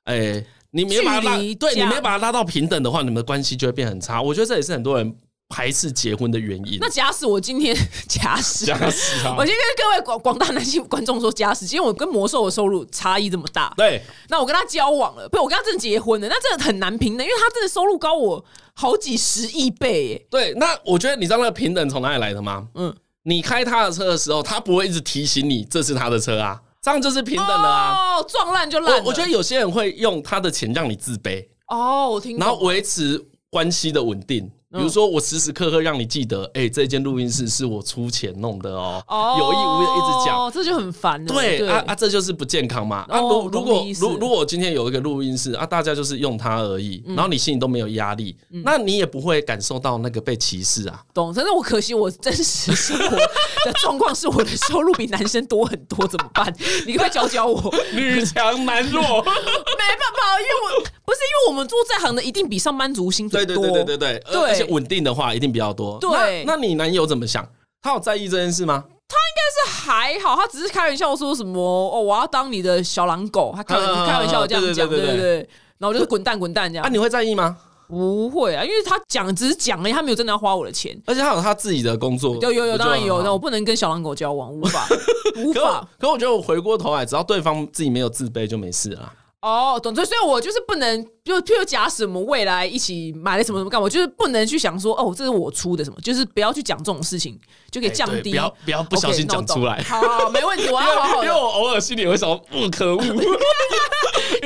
哎、你没把他拉距离，对，这你样没把他拉到平等的话，你们的关系就会变很差。我觉得这也是很多人排斥结婚的原因。那假使我今天 假使假死啊我！先跟各位广广大男性观众说，假使今天我跟魔兽的收入差异这么大，对，那我跟他交往了，不，我跟他真的结婚了，那真的很难平等，因为他真的收入高我好几十亿倍耶。对，那我觉得你知道那个平等从哪里来的吗？嗯嗯，你开他的车的时候，他不会一直提醒你这是他的车啊，这样就是平等的啊。哦，撞烂就烂了我我觉得有些人会用他的钱让你自卑，哦，我听懂嗯然后维持关系的稳定。比如说，我时时刻刻让你记得，哎、这间录音室是我出钱弄的哦，哦，有意无意地一直讲。这就很烦了。对对啊啊，这就是不健康嘛。啊，哦懂如如你果意思如如果今天有一个录音室啊，大家就是用它而已，嗯然后你心里都没有压力，那你也不会感受到那个被歧视 啊。懂。但是我可惜我真实生活的状况是我的收入比男生多很多，怎么 办？你可不可以教教我？女强男弱，没办法，因为我不是因为我们做这行的一定比上班族薪水 对多。对对对对对，对而而且稳定的话一定比较多。对那那你男友怎么想？他有在意这件事吗？还好，他只是开玩笑说什么哦，我要当你的小狼狗，他开玩、啊开玩笑这样讲，对对对对对对。然后我就是滚蛋滚蛋这样，啊，你会在意吗？不会啊，因为他讲只是讲而已，他没有真的要花我的钱。而且他有他自己的工作，有有有，我觉当得然有，很但好我不能跟小狼狗交往，无 法无可我法。可我觉得我回过头来，只要对方自己没有自卑就没事了啊。哦，懂。所以我就是不能，就譬如假使我们未来一起买了什么什么干嘛，我就是不能去想说哦，这是我出的什么，就是不要去讲这种事情，就可以降哎对低。不要不要不小 OK，心那我讲懂出来。好好，好没问题，我要好好 因为的。我偶尔心里会想，嗯，可恶， 因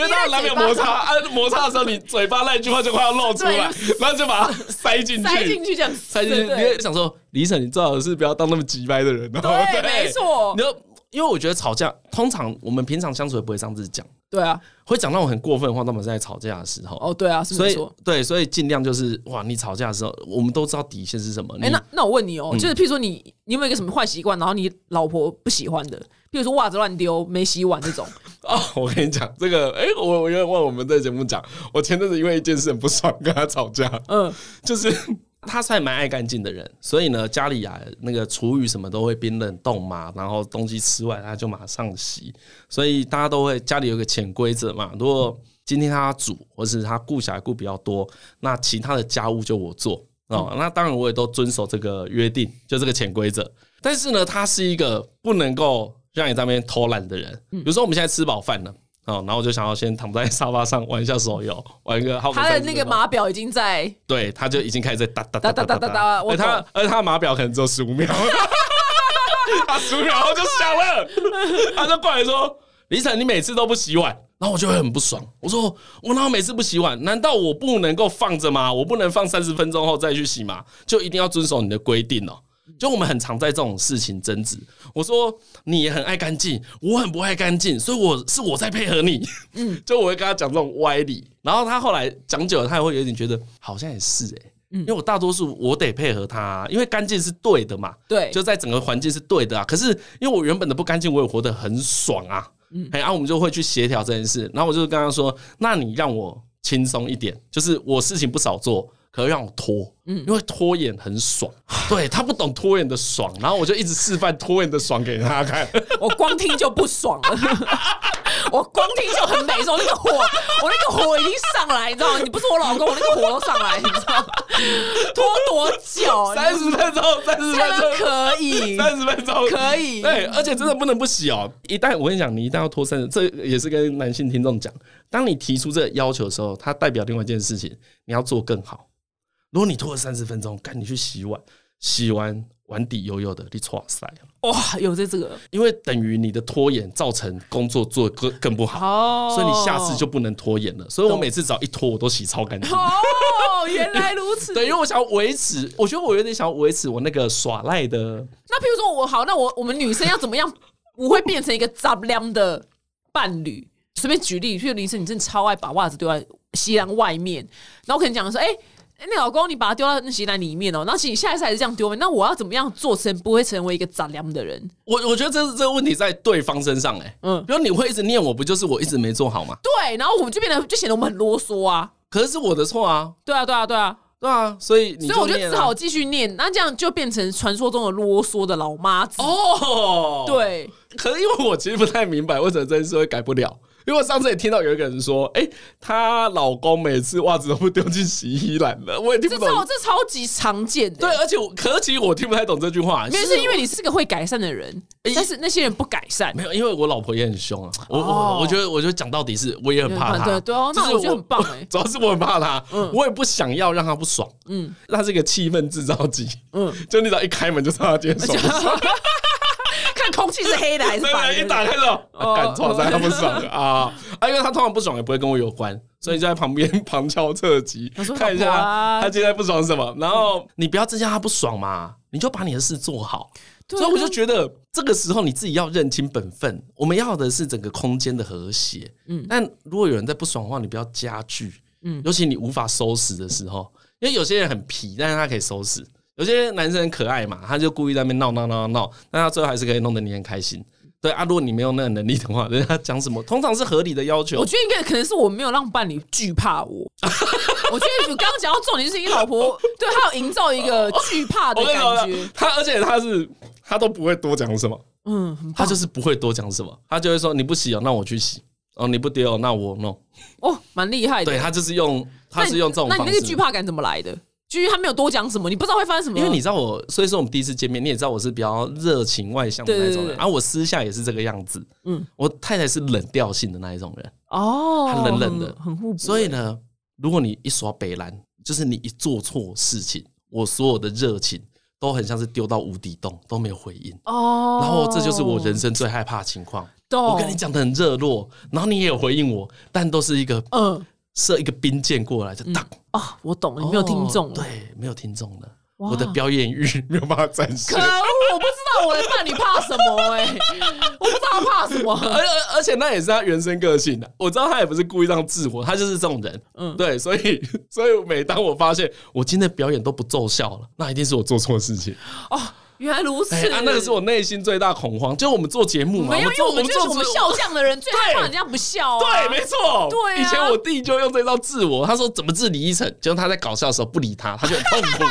为他们难免摩擦，啊，摩擦的时候你嘴巴那一句话就快要露出来，然后就把它塞进去，塞进去这样，塞进去，你对会想说，李晨，你最好是不要当那么急掰的人哦。对，没，错你，就因为我觉得吵架，通常我们平常相处也不会这样子讲，对啊，会讲那种很过分的话，那么在吵架的时候。哦，对啊，是所没以错。对，所以尽量就是哇，你吵架的时候，我们都知道底线是什么。哎，你嗯那那我问你哦，就是譬如说你，你有没有一个什么坏习惯，然后你老婆不喜欢的，譬如说袜子乱丢、没洗碗 这种，哦，我跟你讲，这个，哎、我我原本忘了我们在节目讲，我前阵子因为一件事很不爽，跟他吵架，嗯，就是他是还蛮爱干净的人，所以呢，家里啊那个厨余什么都会冰冷冻嘛，然后东西吃完他就马上洗，所以大家都会家里有个潜规则嘛，如果今天他煮或是他顾小孩顾比较多，那其他的家务就我做哦。嗯那当然我也都遵守这个约定，就这个潜规则。但是呢，他是一个不能够让你在那边偷懒的人。嗯比如说我们现在吃饱饭了。哦，然后我就想要先躺在沙发上玩一下手游，玩一个浩克他的三那十个吧码表已经在对，他就已经开始在哒哒哒哒哒哒哒我而他懂而他的码表可能只有十五秒， 他十五秒后就 响了，他就过来说：“李晨，你每次都不洗碗。”然后我就会很不爽，我说：“我哪有每次不洗碗？难道我不能够放着吗？我不能放三十分钟后再去洗吗？就一定要遵守你的规定哦。”就我们很常在这种事情争执。我说你也很爱干净，我很不爱干净，所以我是我在配合你。嗯，就我会跟他讲这种歪理，然后他后来讲久了，他也会有点觉得好像也是哎、因为我大多数我得配合他、啊因为干净是对的嘛，对，就在整个环境是对的啊。可是因为我原本的不干净，我也活得很爽啊。哎，啊，我们就会去协调这件事。然后我就跟他说：“那你让我轻松一点，就是我事情不少做，可是让我拖，因为拖延很爽。对他不懂拖延的爽，然后我就一直示范拖延的爽给他看。我光听就不爽了。 我光听就很美，说那个火，我那个火已经上来，你知道吗？你不是我老公，我那个火都上来，你知道吗？拖多久？三十分钟，三十真分的钟，可以，三十分钟，可以。对，而且真的不能不洗哦。一旦我跟你讲，你一旦要脱身，这也是跟男性听众讲，当你提出这个要求的时候，它代表另外一件事情，你要做更好。如果你拖了三十分钟，赶紧去洗碗，洗完碗底油油的，你错塞了，哇，有这这个因为等于你的拖延造成工作做得更更不好。哦，所以你下次就不能拖延了。所以我每次只要一拖，我都洗超干净。哦，原来如此。对，因为我想要维持，我觉得我有点想要维持我那个耍赖的那譬如说我好，那我我们女生要怎么样，不会变成一个杂粮的伴侣？随便举例，譬如林生，你真的超爱把袜子丢在洗衣篮外面，然后我可能讲说，哎、哎那老公，你把它丢到那洗衣篮里面哦，然后其实你下一次还是这样丢吗，那我要怎么样做成不会成为一个杂粮的人？我我觉得这这个问题在对方身上哎、欸，嗯嗯，比如你会一直念我，不就是我一直没做好吗？对，然后我们就变得就显得我们很啰嗦啊，可是是我的错啊，对啊，对啊，对啊，对啊，所以你所以我就念啊只好继续念，那这样就变成传说中的啰嗦的老妈子。哦，，对，可是因为我其实不太明白为什么这件事会改不了，因为我上次也听到有一个人说，哎、她老公每次袜子都不丢进洗衣篮的，我也听这不超懂。这超级常见的。对，，而且我可其实我听不太懂这句话，没有是因为你是个会改善的人，但是那些人不改善没。有，因为我老婆也很凶啊。我、哦我我觉得，我觉得讲到底是我也很怕她，对对哦那就是我觉得很棒欸 主要是我很怕她，嗯我也不想要让她不爽。嗯，她是一个气氛制造机。嗯， 就你只要一开门就知道她今天爽不爽， 看空气是黑的还是 对白对，的？一打开就哦啊干床上她不爽了啊啊！因为她通常不爽也不会跟我有关，所以就在旁边 旁敲侧击她说，看一下老婆啊她今天不爽什么。然后你不要增加她不爽嘛，你就把你的事做好。对啊所以我就觉得这个时候你自己要认清本分，我们要的是整个空间的和谐。嗯，但如果有人在不爽的话，你不要加剧。嗯，尤其你无法收拾的时候，因为有些人很皮，但是他可以收拾；有些男生很可爱嘛，他就故意在那边闹闹闹闹，但他最后还是可以弄得你很开心。对啊，如果你没有那个能力的话，人家讲什么通常是合理的要求我。觉得应该可能是我没有让伴侣惧怕 我。我觉得你刚刚讲到重点，就是你老婆对她有营造一个惧怕的哦我跟你感讲觉，，他而且他是他都不会多讲什么，嗯，很他棒就是不会多讲什么，他就会说你不洗哦，那我去洗哦，你不丢哦，那我弄。哦，蛮厉害的。对他就是用，那他你是用这种那方你式。那个惧怕感怎么来的？就是因为他没有多讲什么，你不知道会发生什么。因为你知道我，所以说我们第一次见面，你也知道我是比较热情外向的那对种对对人，然后我私下也是这个样子。嗯嗯，我太太是冷调性的那一种人，哦，他冷冷的很很互补。所以呢，如果你一耍北兰，就是你一做错事情，我所有的热情都很像是丢到无底洞，都没有回应。哦，然后这就是我人生最害怕的情况。懂。我跟你，讲的很热络，然后你也有回应我，但都是一个嗯，射一个冰箭过来就当。啊，我懂了，你没有听众哦了。对，没有听众了。哇我的表演欲 没有办法展 现可，恶，啊我不知道我的伴侣怕什么哎、我不知道他怕什 么。而而而且那也是他原生个性的、我知道他也不是故意让自我，他就是这种人。嗯嗯，对，所以 所以每当我发现我今天的表演都不奏效了，那一定是我做错 事情。原来如此，哎、啊，那个是我内心最大恐慌，就我啊们做节目嘛，没有，因为做我们就是我们做。笑匠的人，最害怕人家不笑、啊。对，没错。对啊以前我弟就用这招治我，他说怎么治李依晨，就是他在搞笑的时候不理他，他就很痛苦，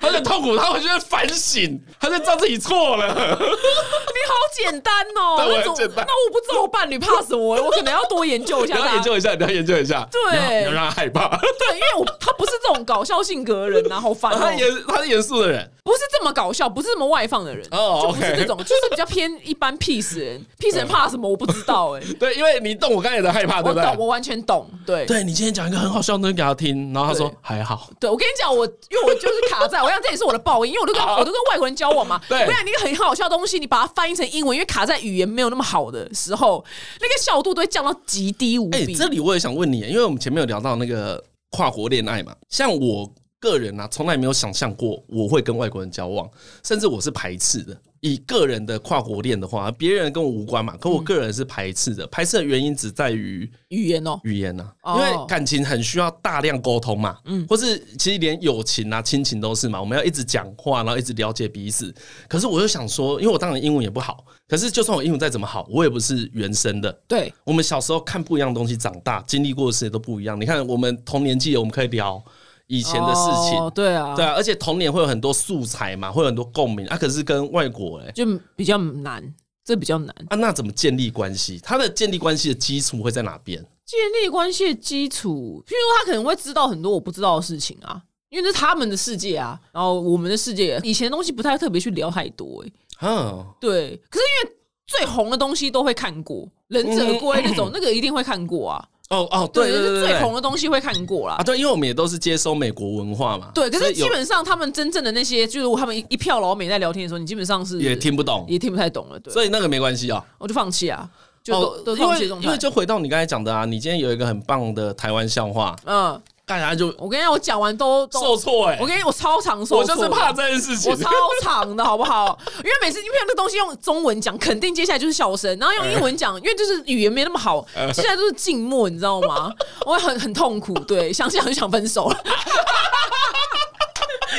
他就很痛苦，他会觉得反省，他就知道自己错了。你好简单哦、对我那很种简单那我不知道我伴侣怕什 么、我可能要多研究一你下要他。研究一下，你要研究一下，对你要你要让他害怕。对，因为我他不是这种搞笑性格的人、啊，好烦、 哦他严，他是严肃的人，不是这么搞笑，不是这么外放的人，哦就不是 OK 这种，就是比较偏一般 peace 人，peace 人怕什么我不知道 哎、对，因为你懂我刚才的害啊怕，对我不懂，对？我完全懂，对。对你今天讲一个很好笑的东西给他听，然后他说对还好，对，我跟你讲，我因为我就是卡在，我想这也是我的报应，因为我都跟我都跟外国人交往嘛。对我跟你讲，那个很好笑的东西，你把它翻译成英文，因为卡在语言没有那么好的时候，那个效度都会降到极低无哎、比。这里我也想问你，因为我们前面有聊到那个跨国恋爱嘛，像我个人啊，从来没有想象过我会跟外国人交往，甚至我是排斥的。以个人的跨国恋的话，别人跟我无关嘛，嗯可我个人是排斥的。排斥的原因只在于语言哦，语言呐、哦因为感情很需要大量沟通嘛，嗯，或是其实连友情啊、亲情都是嘛，我们要一直讲话，然后一直了解彼此。可是我又想说，因为我当然英文也不好，可是就算我英文再怎么好，我也不是原生的，对，我们小时候看不一样的东西，长大经历过的事情都不一样。你看，我们同年纪，我们可以聊以前的事情，哦对啊，对啊，而且童年会有很多素材嘛，会有很多共鸣啊。可是跟外国哎、就比较难，这比较难。啊，那怎么建立关系？他的建立关系的基础会在哪边？建立关系的基础，譬如说他可能会知道很多我不知道的事情啊，因为这是他们的世界啊，然后我们的世界以前的东西不太特别去聊太多、欸，嗯，对，可是因为最红的东西都会看过，《忍者龟》那种，那个一定会看过啊。哦哦，嗯对对就是对最对红的东西会看过啦啊，。对，因为我们也都是接收美国文化嘛，对，可所是以有基本上他们真正的那些，就是他们一一票老美在聊天的时候，你基本上是也听不懂，也听不太懂了。对，所以那个没关系啊。我就放弃啊，就都、哦，都因放弃为这种因为就回到你刚才讲的啊，你今天有一个很棒的台湾笑话，嗯，大家就我跟你讲，我讲完都都，受挫哎、我跟你我超常受挫我的，就是怕这件事情，我超长的好不好？因为每次因为那东西用中文讲，肯定接下来就是笑声，然后用英文讲，因为就是语言没那么好， 呃现在就是静默，你知道吗？我很很痛苦，对，想想就想分手了，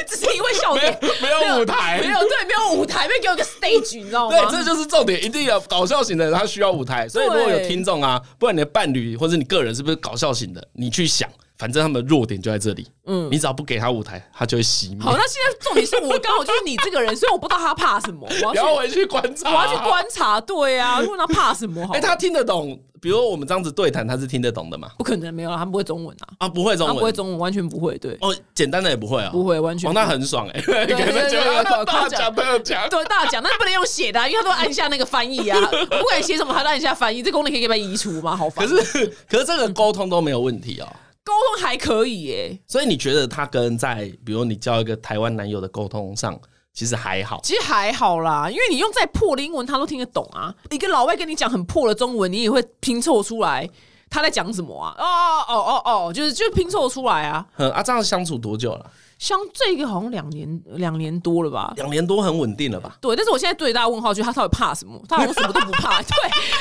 只是因为笑没点有没有舞台，没有对，没有舞台，没有给我一个 stage，你知道吗？对，这就是重点，一定要搞笑型的人，他需要舞台。所以如果有听众啊，不管你的伴侣或者你个人是不是搞笑型的，你去想，反正他们的弱点就在这里。嗯，你只要不给他舞台，他就会熄灭。好，那现在重点是我刚好就是你这个人，所以我不知道他 怕什么，我要然后去回去观察，我要去。观察，对啊，问他怕什么好哎哦哎，。他听得懂，比比如我们这样子对谈，他是听得懂的嘛？不可能没有啦，他们不会中文啊，啊，不会中他不会文，中文，完全不会，对，哦，简单的也不会啊、不会，完全不哦，那会。很爽哎、对给他 对讲对大对大夸奖奖大奖，对，大奖，但是不能用写的啊、因为他都按下那个翻译 啊，不管写什么，他都按下翻译，这功能可以给他移除吗？好烦。可是 可是这个沟通都没有问题哦、沟通还可以耶、所以你觉得他跟在比如你交一个台湾男友的沟通上，其实还好，其实还好啦，因为你用再破的英文，他都听得懂啊。一个老外跟你讲很破的中文，你也会拼凑出来他在讲什么啊？哦哦哦哦，就是就是拼凑出来啊。嗯啊，这样相处多久了？像这个好像两年两年多了吧。两年多很稳定了吧？对，但是我现在最大的问号就是他到底怕什么？他好像什么都不 怕。对，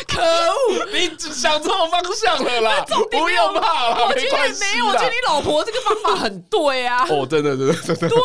可恶！ 你只想错方向了 啦，不用怕啦，我觉得系啊没有，我觉得你老婆这个方法很对啊。哦，真的，真的，真的，对呀、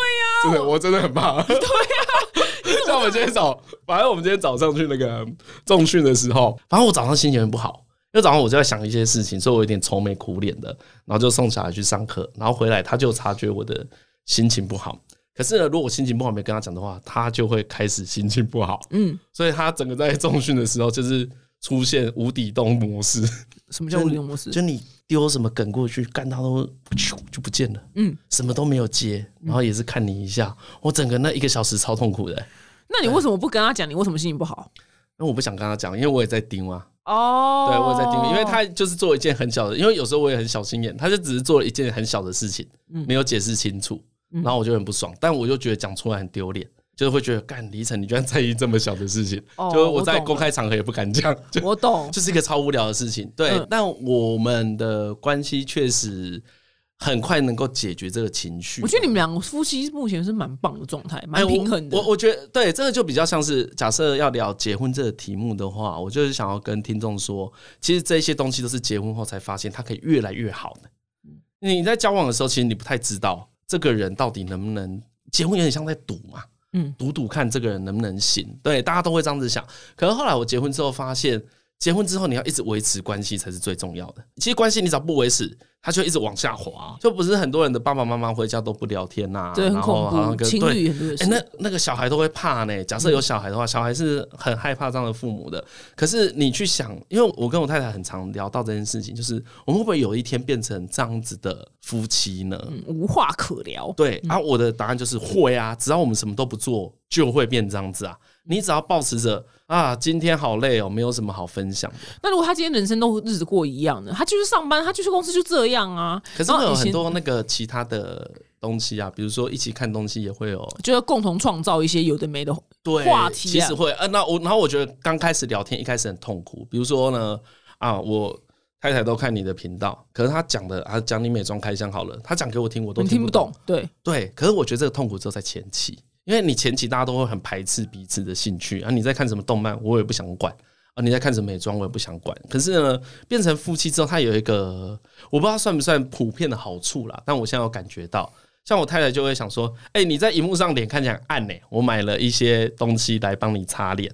真的，我真的很怕。对呀、 像我们今天早，反正我们今天早上去那个嗯重训的时候，反正我早上心情不好，因为早上我就在想一些事情，所以我有点愁眉苦脸的，然后就送小孩去上课，然后回来他就察觉我的心情不好。可是呢，如果我心情不好没跟他讲的话，他就会开始心情不好。嗯，所以他整个在重训的时候就是出现无底洞模式，什么叫无用模式？就你丢什么梗过去，干他都咻就不见了，嗯，什么都没有接，然后也是看你一下，我整个那一个小时超痛苦的、那你为什么不跟他讲？你为什么心情不好？那我不想跟他讲，因为我也在盯啊，哦，对我也在盯，因为他就是做一件很小的，因为有时候我也很小心眼，他就只是做了一件很小的事情，嗯没有解释清楚，然后我就很不爽，但我就觉得讲出来很丢脸，就是会觉得干李晨，你居然在意这么小的事情，哦就是我我在懂公开场合也不敢讲，就我懂，就是一个超无聊的事情。对，嗯但我们的关系确实很快能够解决这个情绪。我觉得你们两个夫妻目前是蛮棒的状态，蛮平衡的。哎我我我觉得对，这个就比较像是假设要聊结婚这个题目的话，我就是想要跟听众说，其实这些东西都是结婚后才发现，它可以越来越好的。嗯你在交往的时候，其实你不太知道这个人到底能不能结婚，有点像在赌嘛，嗯赌赌看这个人能不能行。对，大家都会这样子想。可是后来我结婚之后发现，结婚之后你要一直维持关系才是最重要的。其实关系你只要不维持，它就一直往下滑。就不是很多人的爸爸妈妈回家都不聊天呐、对，很然后恐好像怖，跟情对侣很多也哎、是。嗯那那个小孩都会怕呢。假设有小孩的话，小孩是很害怕这样的父母的。可是你去想，因为我跟我太太很常聊到这件事情，就是我们会不会有一天变成这样子的夫妻呢？嗯无话可聊，对啊，我的答案就是会啊，只要我们什么都不做，就会变这样子啊。你只要保持着啊，今天好累哦，没有什么好分享的。那如果他今天人生都日子过一样的，他就是上班，他就是公司就这样啊。可是然会后以有前很多那个其他的东西啊，比如说一起看东西也会有就要共同创造一些有的没的。对话题啊其实会，呃，那我然后我觉得刚开始聊天一开始很痛苦，比如说呢，啊，我太太都看你的频道，可是她讲的啊，讲你美妆开箱好了，她讲给我听我都你听不不懂，对，对，可是我觉得这个痛苦只有在前期，因为你前期大家都会很排斥彼此的兴趣啊，你在看什么动漫，我也不想管。啊，你在看什么美妆，我也不想管。可是呢，变成夫妻之后，它有一个我不知道算不算普遍的好处啦，但我现在有感觉到，像我太太就会想说，哎、你在荧幕上脸看起来很暗呢、我买了一些东西来帮你擦脸。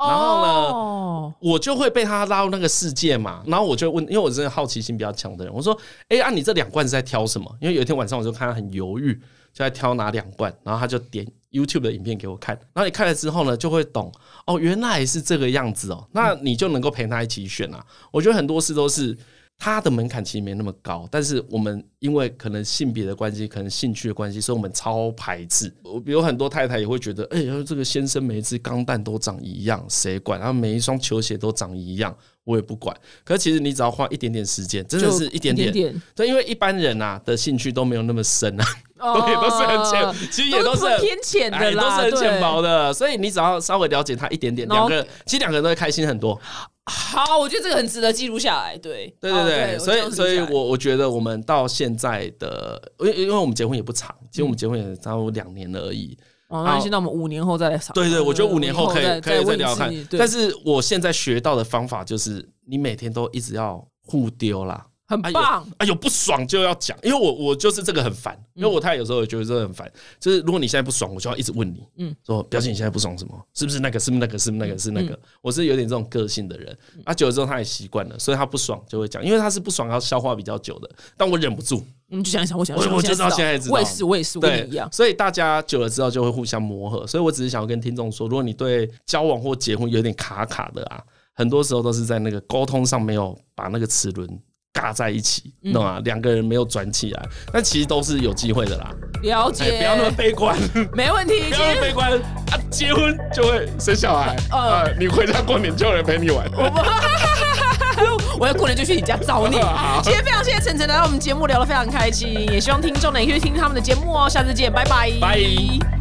然后呢哦，我就会被他拉到那个世界嘛，然后我就问，因为我真的好奇心比较强的人，我说：“哎、啊，你这两罐是在挑什么？”因为有一天晚上我就看他很犹豫，就在挑哪两罐，然后他就点 YouTube 的影片给我看，然后你看了之后呢，就会懂哦，原来是这个样子哦，那你就能够陪他一起选啊。我觉得很多事都是它的门槛其实没那么高，但是我们因为可能性别的关系，可能兴趣的关系，所以我们超排斥。我比如很多太太也会觉得，哎、呀，这个先生每一只钢蛋都长一样，谁管？然后每一双球鞋都长一样，我也不管。可是其实你只要花一点点时间，真的就是一一点点。点，对，因为一般人啊的兴趣都没有那么深啊，哦 都也都是很浅，其实也都都是很偏浅的哎啦，都是很浅对薄的。所以你只要稍微了解他一点点，然两后个人其实两个人都会开心很多。好，我觉得这个很值得记录下来，哦对，对好对对，我所记录以下所以来我我觉得我们到现在的，因为因为我们结婚也不长，其实嗯我们结婚也差不多两年而已。哦，那现在我们五年后再来查，对对，我觉得五年后可以呃再可以再问一聊次看你。对但是我现在学到的方法就是，你每天都一直要互丢啦。很哎呦棒，嗯哎呦，不爽就要讲，因为我我就是这个很烦，因为我太太有时候也觉得这个很烦，就是如果你现在不爽，我就要一直问你，嗯嗯，说表姐你现在不爽什么？是不是那个？是不是那个？是不是那个？是那嗯个？我是有点这种个性的人，啊，久了之后他也习惯了，所以他不爽就会讲，因为他是不爽要消化比较久的，但我忍不住，嗯你就想一想，我想一想，我我现在就知道现在知道我也是，我也是，我跟对你一样，，所以大家久了之后就会互相磨合，所以我只是想要跟听众说，如果你对交往或结婚有点卡卡的啊。很多时候都是在那个沟通上没有把那个齿轮尬在一起，嗯你懂吗？两个人没有转起来，那其实都是有机会的啦。了哎，解，不要那么 悲观，没问题。不今要那么天悲观啊！结婚就会生小孩，呃呃，你回家过年就有人陪你玩。 我要过年就去你家找你。今天非常谢谢晨晨来到我们节目，聊得非常开心，也希望听众呢也可以去听他们的节目哦。下次见，拜拜，拜。